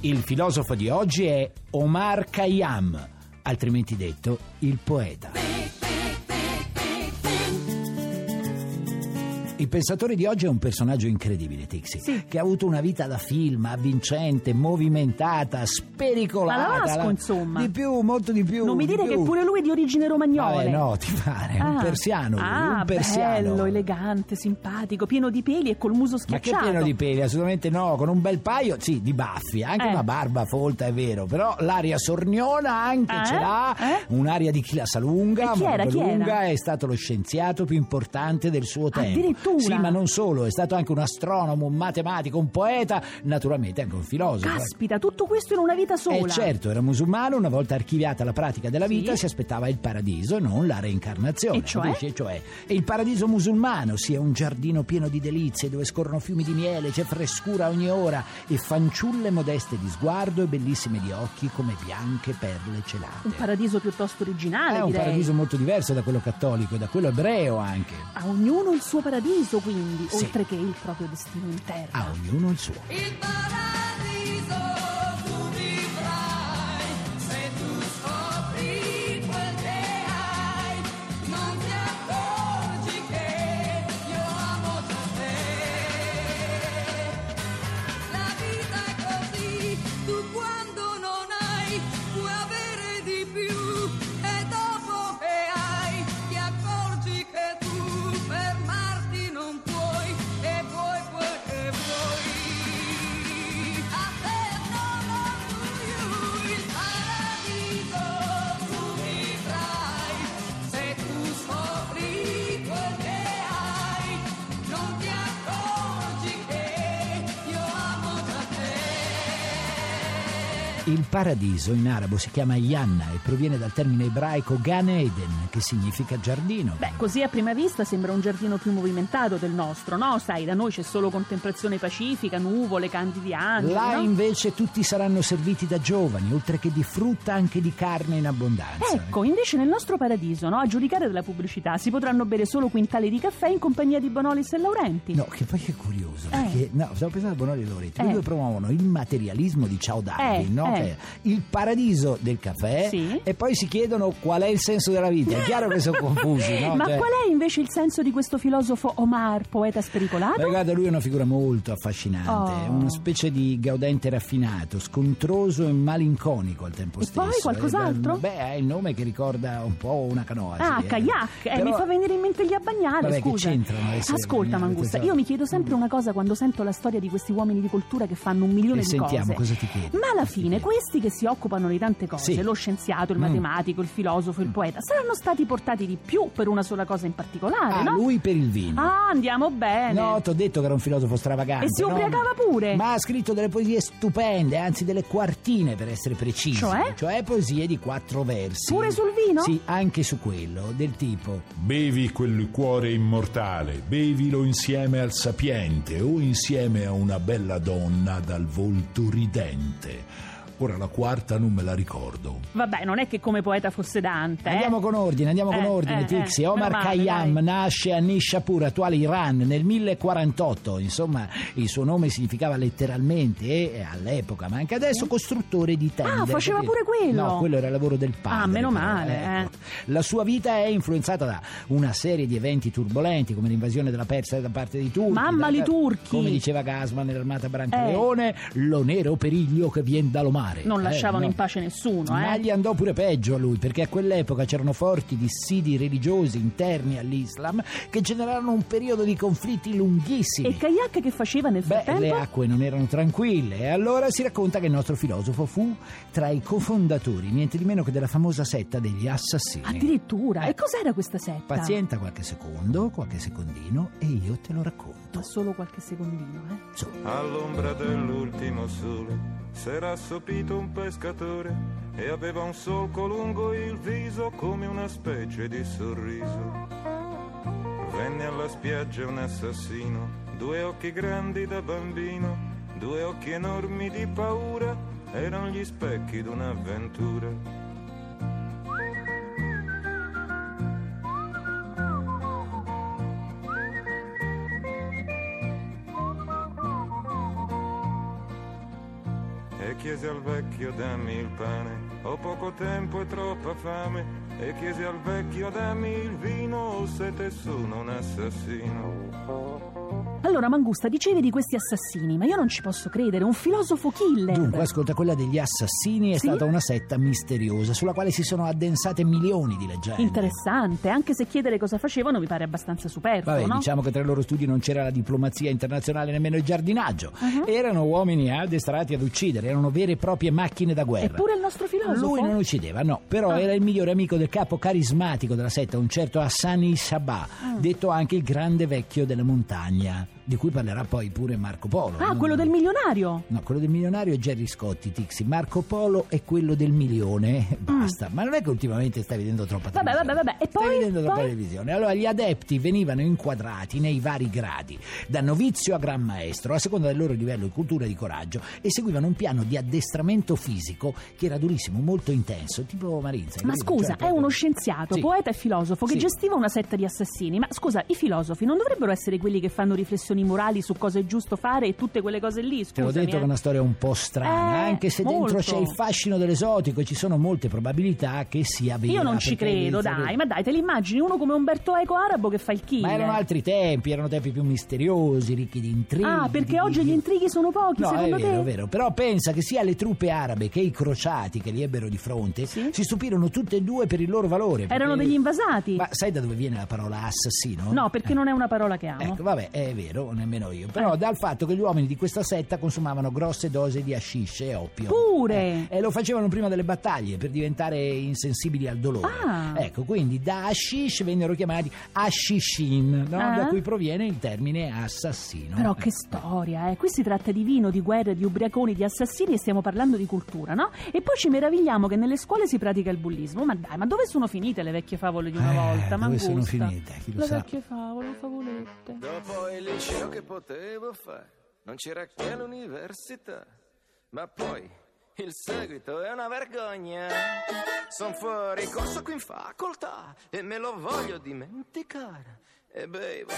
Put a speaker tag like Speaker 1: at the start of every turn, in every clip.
Speaker 1: Il filosofo di oggi è Omar Khayyam, altrimenti detto il poeta. Il pensatore di oggi è un personaggio incredibile, Tixi, che ha avuto una vita da film, avvincente, movimentata, spericolata.
Speaker 2: Ma la vasco,
Speaker 1: la-
Speaker 2: insomma.
Speaker 1: Di più, molto di più.
Speaker 2: Non mi
Speaker 1: di
Speaker 2: dire che
Speaker 1: più.
Speaker 2: pure lui è di origine romagnola.
Speaker 1: Vabbè, Eh, no, ti pare, un persiano, lui,
Speaker 2: ah,
Speaker 1: un persiano.
Speaker 2: bello, elegante, simpatico, pieno di peli e col muso
Speaker 1: Ma che
Speaker 2: schiacciato.
Speaker 1: pieno di peli, assolutamente no, con un bel paio, sì, di baffi, anche
Speaker 2: Eh.
Speaker 1: una barba folta, è vero, però l'aria sorniona anche
Speaker 2: Eh?
Speaker 1: ce l'ha,
Speaker 2: Eh?
Speaker 1: un'aria di chi la sa lunga,
Speaker 2: E chi era,
Speaker 1: molto
Speaker 2: chi era?
Speaker 1: lunga, è stato lo scienziato più importante del suo tempo.
Speaker 2: Addirittura?
Speaker 1: Sì, ma non solo, è stato anche un astronomo, un matematico, un poeta, naturalmente anche un filosofo.
Speaker 2: Caspita, tutto questo in una vita sola.
Speaker 1: Eh certo, era musulmano, una volta archiviata la pratica della
Speaker 2: Sì.
Speaker 1: vita si aspettava il paradiso, non la reincarnazione.
Speaker 2: E cioè?
Speaker 1: capisci? E cioè, e il paradiso musulmano sia un giardino pieno di delizie dove scorrono fiumi di miele, c'è frescura a ogni ora e fanciulle modeste di sguardo e bellissime di occhi come bianche perle
Speaker 2: Un
Speaker 1: celate.
Speaker 2: paradiso piuttosto originale,
Speaker 1: È Eh, un
Speaker 2: direi.
Speaker 1: paradiso molto diverso da quello cattolico e da quello ebreo anche.
Speaker 2: A ognuno il suo paradiso, quindi,
Speaker 1: Sì. Ah,
Speaker 2: oltre che il proprio destino interno.
Speaker 1: A ognuno il suo.
Speaker 3: Il paradiso tu vivrai se tu scopri quel che hai, non ti accorgi che io amo già te. La vita è così, tu quando non hai puoi avere di più e dopo che hai ti accorgi che tu fermarti non puoi e vuoi quel che vuoi. A te non ho il paradiso tu vivrai se tu scopri quel che hai, non ti accorgi che io amo già te.
Speaker 1: Il paradiso in arabo si chiama Yanna e proviene dal termine ebraico Gan Eden, che significa giardino.
Speaker 2: Beh, così a prima vista sembra un giardino più movimentato del nostro, no? Sai, da noi c'è solo contemplazione pacifica, nuvole, canti di angeli,
Speaker 1: Là
Speaker 2: no?
Speaker 1: invece tutti saranno serviti da giovani, oltre che di frutta anche di carne in abbondanza.
Speaker 2: Ecco, invece nel nostro paradiso, no? A giudicare dalla pubblicità, si potranno bere solo quintali di caffè in compagnia di Bonolis e Laurenti.
Speaker 1: No, che poi è curioso, perché no, stavo pensando a Bonoli e Loretti,
Speaker 2: Eh.
Speaker 1: loro promuovono il materialismo di Ciao Darwin,
Speaker 2: Eh,
Speaker 1: no?
Speaker 2: eh.
Speaker 1: Che è il paradiso del caffè
Speaker 2: Sì.
Speaker 1: e poi si chiedono qual è il senso della vita. È chiaro che sono confusi, no?
Speaker 2: Ma
Speaker 1: Cioè-
Speaker 2: qual è invece il senso di questo filosofo Omar, poeta
Speaker 1: Beh,
Speaker 2: spericolato?
Speaker 1: guarda, lui è una figura molto affascinante,
Speaker 2: Oh.
Speaker 1: è una specie di gaudente raffinato, scontroso e malinconico al tempo
Speaker 2: E
Speaker 1: stesso.
Speaker 2: poi qualcos'altro?
Speaker 1: Eh, Beh, è il nome che ricorda un po' una canoa.
Speaker 2: Ah,
Speaker 1: sì, eh.
Speaker 2: kayak! Eh,
Speaker 1: Però-
Speaker 2: mi fa venire in mente gli abbagnali,
Speaker 1: Vabbè, che
Speaker 2: scusa.
Speaker 1: c'entrano adesso gli
Speaker 2: Ascolta,
Speaker 1: abbagnali,
Speaker 2: Mangusta,
Speaker 1: tesoro?
Speaker 2: io mi chiedo sempre una cosa quando sento la storia di questi uomini di cultura che fanno un milione
Speaker 1: E
Speaker 2: di
Speaker 1: sentiamo
Speaker 2: cose.
Speaker 1: cosa ti chiedi.
Speaker 2: Ma alla
Speaker 1: Cosa ti
Speaker 2: fine
Speaker 1: chiedi?
Speaker 2: questi che si occupano di tante cose,
Speaker 1: Sì.
Speaker 2: lo scienziato, il
Speaker 1: Mm.
Speaker 2: matematico, il filosofo, il poeta, saranno stati portati di più per una sola cosa in particolare,
Speaker 1: Ah,
Speaker 2: no?
Speaker 1: lui per il vino.
Speaker 2: Ah, andiamo bene.
Speaker 1: No, ti ho detto che era un filosofo stravagante.
Speaker 2: E si
Speaker 1: no?
Speaker 2: ubriacava pure.
Speaker 1: Ma ha scritto delle poesie stupende, anzi delle quartine per essere precisi.
Speaker 2: Cioè?
Speaker 1: poesie di quattro versi.
Speaker 2: Pure sul vino?
Speaker 1: Sì, anche su quello, del tipo.
Speaker 4: Bevi quel liquore immortale, bevilo insieme al sapiente o insieme a una bella donna dal volto ridente. Ora la quarta non me la ricordo.
Speaker 2: Vabbè, non è che come poeta fosse Dante. eh?
Speaker 1: Andiamo con ordine, andiamo con
Speaker 2: Eh,
Speaker 1: ordine,
Speaker 2: eh,
Speaker 1: Tixi.
Speaker 2: eh,
Speaker 1: Omar
Speaker 2: meno male,
Speaker 1: Khayyam
Speaker 2: dai.
Speaker 1: nasce a Nishapur, attuale Iran, nel 1048. Insomma, il suo nome significava letteralmente, eh, all'epoca, ma anche adesso, costruttore di tende.
Speaker 2: Eh? Ah, faceva
Speaker 1: capito?
Speaker 2: pure quello.
Speaker 1: No, quello era il lavoro del padre.
Speaker 2: Ah, meno
Speaker 1: però,
Speaker 2: male,
Speaker 1: ecco. La sua vita è influenzata da una serie di eventi turbolenti, come l'invasione della Persia da parte dei turchi.
Speaker 2: Mamma,
Speaker 1: da-
Speaker 2: li turchi! Eh.
Speaker 1: Come diceva Gasman nell'armata Brancaleone, lo nero periglio che viene da Lomar. mare.
Speaker 2: Non
Speaker 1: eh,
Speaker 2: lasciavano
Speaker 1: no.
Speaker 2: in pace nessuno, eh.
Speaker 1: Ma gli andò pure peggio a lui, perché a quell'epoca c'erano forti dissidi religiosi interni all'Islam che generarono un periodo di conflitti lunghissimi.
Speaker 2: E Kayak che faceva nel
Speaker 1: Beh,
Speaker 2: frattempo?
Speaker 1: le acque non erano tranquille e allora si racconta che il nostro filosofo fu tra i cofondatori, niente di meno che della famosa setta degli assassini.
Speaker 2: Addirittura.
Speaker 1: Eh.
Speaker 2: E cos'era questa setta?
Speaker 1: Pazienta qualche secondo, qualche secondino e io te lo racconto.
Speaker 2: Ma solo qualche secondino, eh.
Speaker 1: Insomma,
Speaker 5: All'ombra dell'ultimo sole s'era assopito un pescatore e aveva un solco lungo il viso come una specie di sorriso. Venne alla spiaggia un assassino, due occhi grandi da bambino, due occhi enormi di paura, erano gli specchi d'un'avventura. e chiese al vecchio dammi il pane, ho poco tempo e troppa fame, e chiese al vecchio dammi il vino, o se te sono un assassino.
Speaker 2: Allora, Mangusta, dicevi di questi assassini, ma io non ci posso credere, un filosofo killer.
Speaker 1: Dunque, ascolta, quella degli assassini è
Speaker 2: Sì?
Speaker 1: stata una setta misteriosa sulla quale si sono addensate milioni di leggende.
Speaker 2: Interessante, anche se chiedere cosa facevano mi pare abbastanza superfluo,
Speaker 1: Vabbè,
Speaker 2: no?
Speaker 1: diciamo che tra i loro studi non c'era la diplomazia internazionale, nemmeno il giardinaggio.
Speaker 2: Ah.
Speaker 1: Erano uomini eh, addestrati ad uccidere, erano vere e proprie macchine da guerra.
Speaker 2: Eppure il nostro filosofo.
Speaker 1: eh, Lui non uccideva, no, però
Speaker 2: Ah.
Speaker 1: era il migliore amico del capo carismatico della setta, un certo Hassani Sabah,
Speaker 2: Ah.
Speaker 1: detto anche il grande vecchio della montagna, di cui parlerà poi pure Marco Polo.
Speaker 2: Ah,
Speaker 1: non-
Speaker 2: quello del milionario.
Speaker 1: No, quello del milionario è Gerry Scotti, Tixi. Marco Polo è quello del milione. eh, Basta. Ma non è che ultimamente stai vedendo troppa
Speaker 2: Ah. Vabbè,
Speaker 1: televisione.
Speaker 2: vabbè, vabbè, e
Speaker 1: stai
Speaker 2: poi-
Speaker 1: vedendo troppa
Speaker 2: poi?
Speaker 1: televisione. Allora, gli adepti venivano inquadrati nei vari gradi, da novizio a gran maestro, a seconda del loro livello di cultura e di coraggio, e seguivano un piano di addestramento fisico che era durissimo, molto intenso, tipo Marinza.
Speaker 2: Ma
Speaker 1: capito?
Speaker 2: scusa,
Speaker 1: Cioè,
Speaker 2: è
Speaker 1: proprio-
Speaker 2: uno scienziato,
Speaker 1: Sì.
Speaker 2: poeta e filosofo che
Speaker 1: Sì.
Speaker 2: gestiva una setta di assassini. Ma scusa, i filosofi non dovrebbero essere quelli che fanno riflessioni morali su cosa è giusto fare e tutte quelle cose lì?
Speaker 1: Te l'ho
Speaker 2: Scusami,
Speaker 1: detto
Speaker 2: eh.
Speaker 1: che è una storia un po' strana,
Speaker 2: Eh,
Speaker 1: anche se dentro
Speaker 2: molto.
Speaker 1: c'è il fascino dell'esotico e ci sono molte probabilità che sia vera.
Speaker 2: Io non ci
Speaker 1: perché
Speaker 2: credo,
Speaker 1: Elizabeth-
Speaker 2: dai, ma dai, te li immagini uno come Umberto Eco arabo che fa il killer.
Speaker 1: Ma erano altri tempi, erano tempi più misteriosi, ricchi di intrighi.
Speaker 2: Ah,
Speaker 1: di-
Speaker 2: perché oggi
Speaker 1: di-
Speaker 2: gli intrighi sono pochi,
Speaker 1: No, è
Speaker 2: secondo
Speaker 1: vero,
Speaker 2: te?
Speaker 1: è vero. Però pensa che sia le truppe arabe che i crociati che li ebbero di fronte
Speaker 2: Sì?
Speaker 1: si stupirono tutte e due per il loro valore.
Speaker 2: Erano
Speaker 1: perché-
Speaker 2: degli invasati.
Speaker 1: Ma sai da dove viene la parola assassino?
Speaker 2: No, Eh. perché non è una parola che amo.
Speaker 1: Ecco, vabbè, è vero, nemmeno io. Però dal fatto che gli uomini di questa setta consumavano grosse dosi di hashish e oppio.
Speaker 2: Pure!
Speaker 1: Eh, e lo facevano prima delle battaglie per diventare insensibili al dolore.
Speaker 2: Ah.
Speaker 1: Ecco, quindi da hashish vennero chiamati hashishin, no?
Speaker 2: Ah.
Speaker 1: da cui proviene il termine assassino.
Speaker 2: Però
Speaker 1: Eh.
Speaker 2: che storia, eh? Qui si tratta di vino, di guerre, di ubriaconi, di assassini e stiamo parlando di cultura, no? E poi ci meravigliamo che nelle scuole si pratica il bullismo. Ma dai, ma dove sono finite le vecchie favole di una
Speaker 1: Eh,
Speaker 2: volta?
Speaker 1: dove
Speaker 2: Mangusta?
Speaker 1: sono finite? Chi lo
Speaker 2: le
Speaker 1: sa?
Speaker 2: vecchie favole, favolette.
Speaker 6: Dopo il liceo che potevo fare, non c'era che l'università. Ma poi il seguito è una vergogna. Son fuori corso qui in facoltà e me lo voglio dimenticare. E bevo,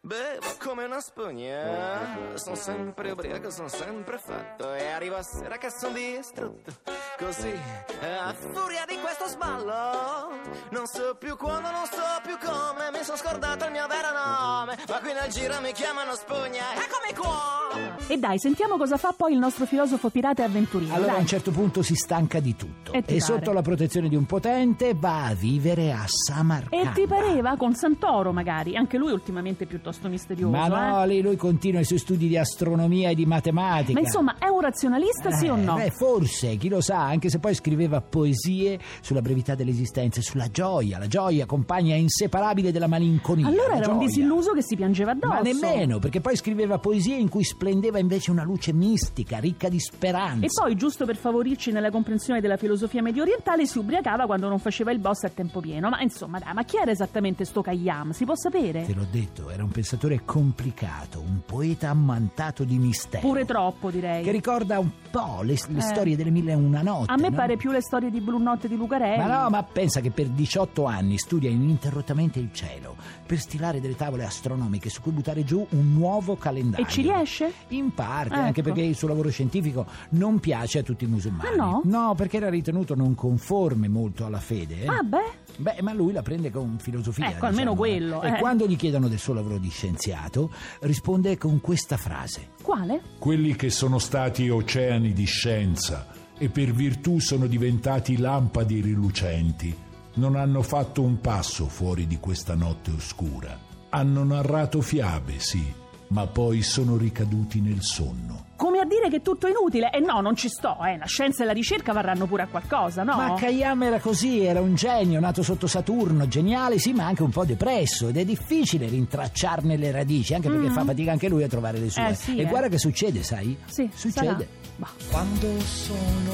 Speaker 6: bevo come una spugna. Son sempre ubriaco, son sempre fatto. E arriva sera che son distrutto. Così, a furia di questo sballo, non so più quando, non so più come. Mi sono scordato il mio vero nome. Ma qui nel giro mi chiamano spugna. Eccomi qua!
Speaker 2: E dai, sentiamo cosa fa poi il nostro filosofo pirata e avventuriero.
Speaker 1: Allora a
Speaker 2: dai.
Speaker 1: un certo punto si stanca di tutto
Speaker 2: E ti pare.
Speaker 1: sotto la protezione di un potente va a vivere a Samarkand.
Speaker 2: E ti pareva con Santoro, magari? Anche lui ultimamente piuttosto misterioso,
Speaker 1: Ma
Speaker 2: eh?
Speaker 1: no, lì lui continua i suoi studi di astronomia e di matematica.
Speaker 2: Ma insomma, è un razionalista, sì o
Speaker 1: Eh,
Speaker 2: no?
Speaker 1: beh, forse, chi lo sa, anche se poi scriveva poesie sulla brevità dell'esistenza, e sulla gioia, la gioia compagna inseparabile della malinconia.
Speaker 2: allora
Speaker 1: la
Speaker 2: era un
Speaker 1: gioia.
Speaker 2: disilluso che si piangeva addosso.
Speaker 1: Ma nemmeno, perché poi scriveva poesie in cui splendeva invece una luce mistica, ricca di speranza.
Speaker 2: E poi, giusto per favorirci nella comprensione della filosofia medio orientale, si ubriacava quando non faceva il boss a tempo pieno. Ma insomma, dai, ma chi era esattamente sto Khayyam? Si può sapere?
Speaker 1: Te l'ho detto, era un pensatore complicato, un poeta ammantato di mistero.
Speaker 2: Pure troppo, direi.
Speaker 1: Che ricorda un po' le, le
Speaker 2: Eh.
Speaker 1: storie delle mille e una notte.
Speaker 2: a me
Speaker 1: no?
Speaker 2: pare più le storie di Blue Notte di Lucarelli.
Speaker 1: Ma no, ma pensa che per 18 anni studia ininterrottamente il cielo per stilare delle tavole astronomiche su cui buttare giù un nuovo calendario.
Speaker 2: E ci riesce?
Speaker 1: In parte,
Speaker 2: Ecco.
Speaker 1: anche perché il suo lavoro scientifico non piace a tutti i musulmani.
Speaker 2: Ah, no?
Speaker 1: perché era ritenuto non conforme molto alla fede. eh.
Speaker 2: Ah, beh.
Speaker 1: Beh, ma lui la prende con filosofia.
Speaker 2: Ecco, almeno
Speaker 1: diciamo,
Speaker 2: quello,
Speaker 1: eh. E
Speaker 2: eh.
Speaker 1: quando gli chiedono del suo lavoro di scienziato, risponde con questa frase.
Speaker 2: Quale?
Speaker 4: Quelli che sono stati oceani di scienza e per virtù sono diventati lampadi rilucenti. Non hanno fatto un passo fuori di questa notte oscura. Hanno narrato fiabe, sì, ma poi sono ricaduti nel sonno.
Speaker 2: Come a dire che è tutto inutile? E no, non ci sto, eh. La scienza e la ricerca varranno pure a qualcosa, no?
Speaker 1: Ma Kayama era così, era un genio, nato sotto Saturno, geniale sì, ma anche un po' depresso ed è difficile rintracciarne le radici, anche perché fa fatica anche lui a trovare le sue.
Speaker 2: Mm. Eh, sì,
Speaker 1: e
Speaker 2: eh.
Speaker 1: guarda che succede, sai?
Speaker 2: Sì,
Speaker 1: succede.
Speaker 2: sarà. Bah.
Speaker 7: Quando sono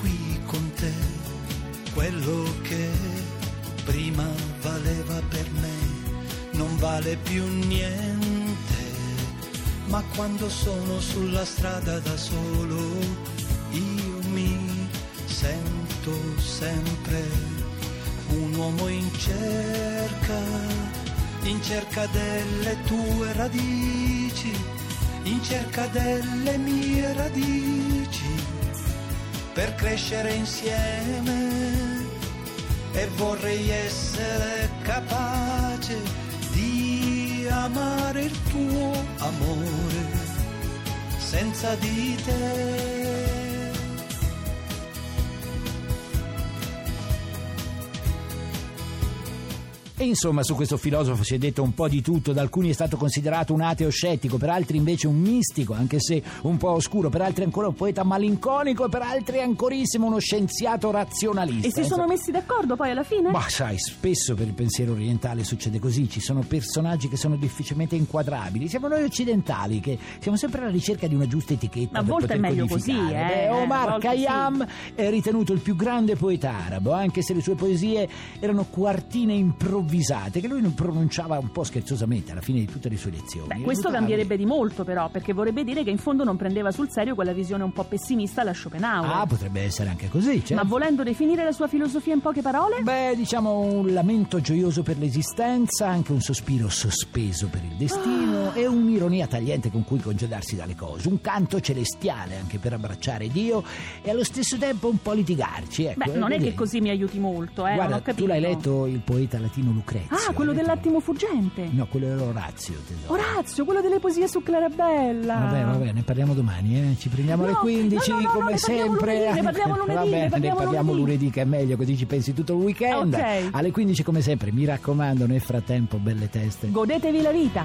Speaker 7: qui con te, quello che prima valeva per me non vale più niente. Ma quando sono sulla strada da solo, io mi sento sempre un uomo in cerca, in cerca delle tue radici, in cerca delle mie radici per crescere insieme e vorrei essere capace di amare il tuo amore senza di te.
Speaker 1: E insomma, su questo filosofo si è detto un po' di tutto, da alcuni è stato considerato un ateo scettico, per altri invece un mistico, anche se un po' oscuro, per altri ancora un poeta malinconico e per altri ancorissimo uno scienziato razionalista.
Speaker 2: E si sono
Speaker 1: Insomma-
Speaker 2: messi d'accordo poi alla fine?
Speaker 1: Ma sai, spesso per il pensiero orientale succede così, ci sono personaggi che sono difficilmente inquadrabili. Siamo noi occidentali che siamo sempre alla ricerca di una giusta etichetta.
Speaker 2: Ma a
Speaker 1: per
Speaker 2: volte
Speaker 1: poter
Speaker 2: è meglio così,
Speaker 1: codificare.
Speaker 2: eh,
Speaker 1: Beh,
Speaker 2: eh, a
Speaker 1: Omar
Speaker 2: volte
Speaker 1: Khayyam è ritenuto il più grande poeta arabo, anche se le sue poesie erano quartine improvvisate che lui non pronunciava un po' scherzosamente alla fine di tutte le sue lezioni.
Speaker 2: Beh, questo
Speaker 1: Risultava-
Speaker 2: cambierebbe di molto però, perché vorrebbe dire che in fondo non prendeva sul serio quella visione un po' pessimista alla Schopenhauer.
Speaker 1: Ah, potrebbe essere anche così, certo.
Speaker 2: Ma volendo definire la sua filosofia in poche parole?
Speaker 1: Beh, diciamo un lamento gioioso per l'esistenza, anche un sospiro sospeso per il destino
Speaker 2: Ah.
Speaker 1: e un'ironia tagliente con cui congedarsi dalle cose, un canto celestiale anche per abbracciare Dio e allo stesso tempo un po' litigarci. Ecco,
Speaker 2: Beh, non è che
Speaker 1: vedi.
Speaker 2: così mi aiuti molto, eh. non ho
Speaker 1: Guarda,
Speaker 2: capito.
Speaker 1: tu l'hai letto il poeta latino Lucrezio?
Speaker 2: Ah, quello
Speaker 1: Hai letto?
Speaker 2: dell'attimo fuggente.
Speaker 1: No, quello era Orazio, tesoro.
Speaker 2: Orazio, quello delle poesie su Clarabella.
Speaker 1: Vabbè, vabbè, ne parliamo domani, eh. ci prendiamo alle
Speaker 2: No,
Speaker 1: 15
Speaker 2: no, no, no,
Speaker 1: come
Speaker 2: ne parliamo
Speaker 1: sempre.
Speaker 2: lunedì, ne parliamo lunedì,
Speaker 1: Va bene,
Speaker 2: ne parliamo lunedì.
Speaker 1: che è meglio, così ci pensi tutto il weekend.
Speaker 2: Ok.
Speaker 1: Alle 15 come sempre, mi raccomando, nel frattempo belle teste.
Speaker 2: Godetevi la vita.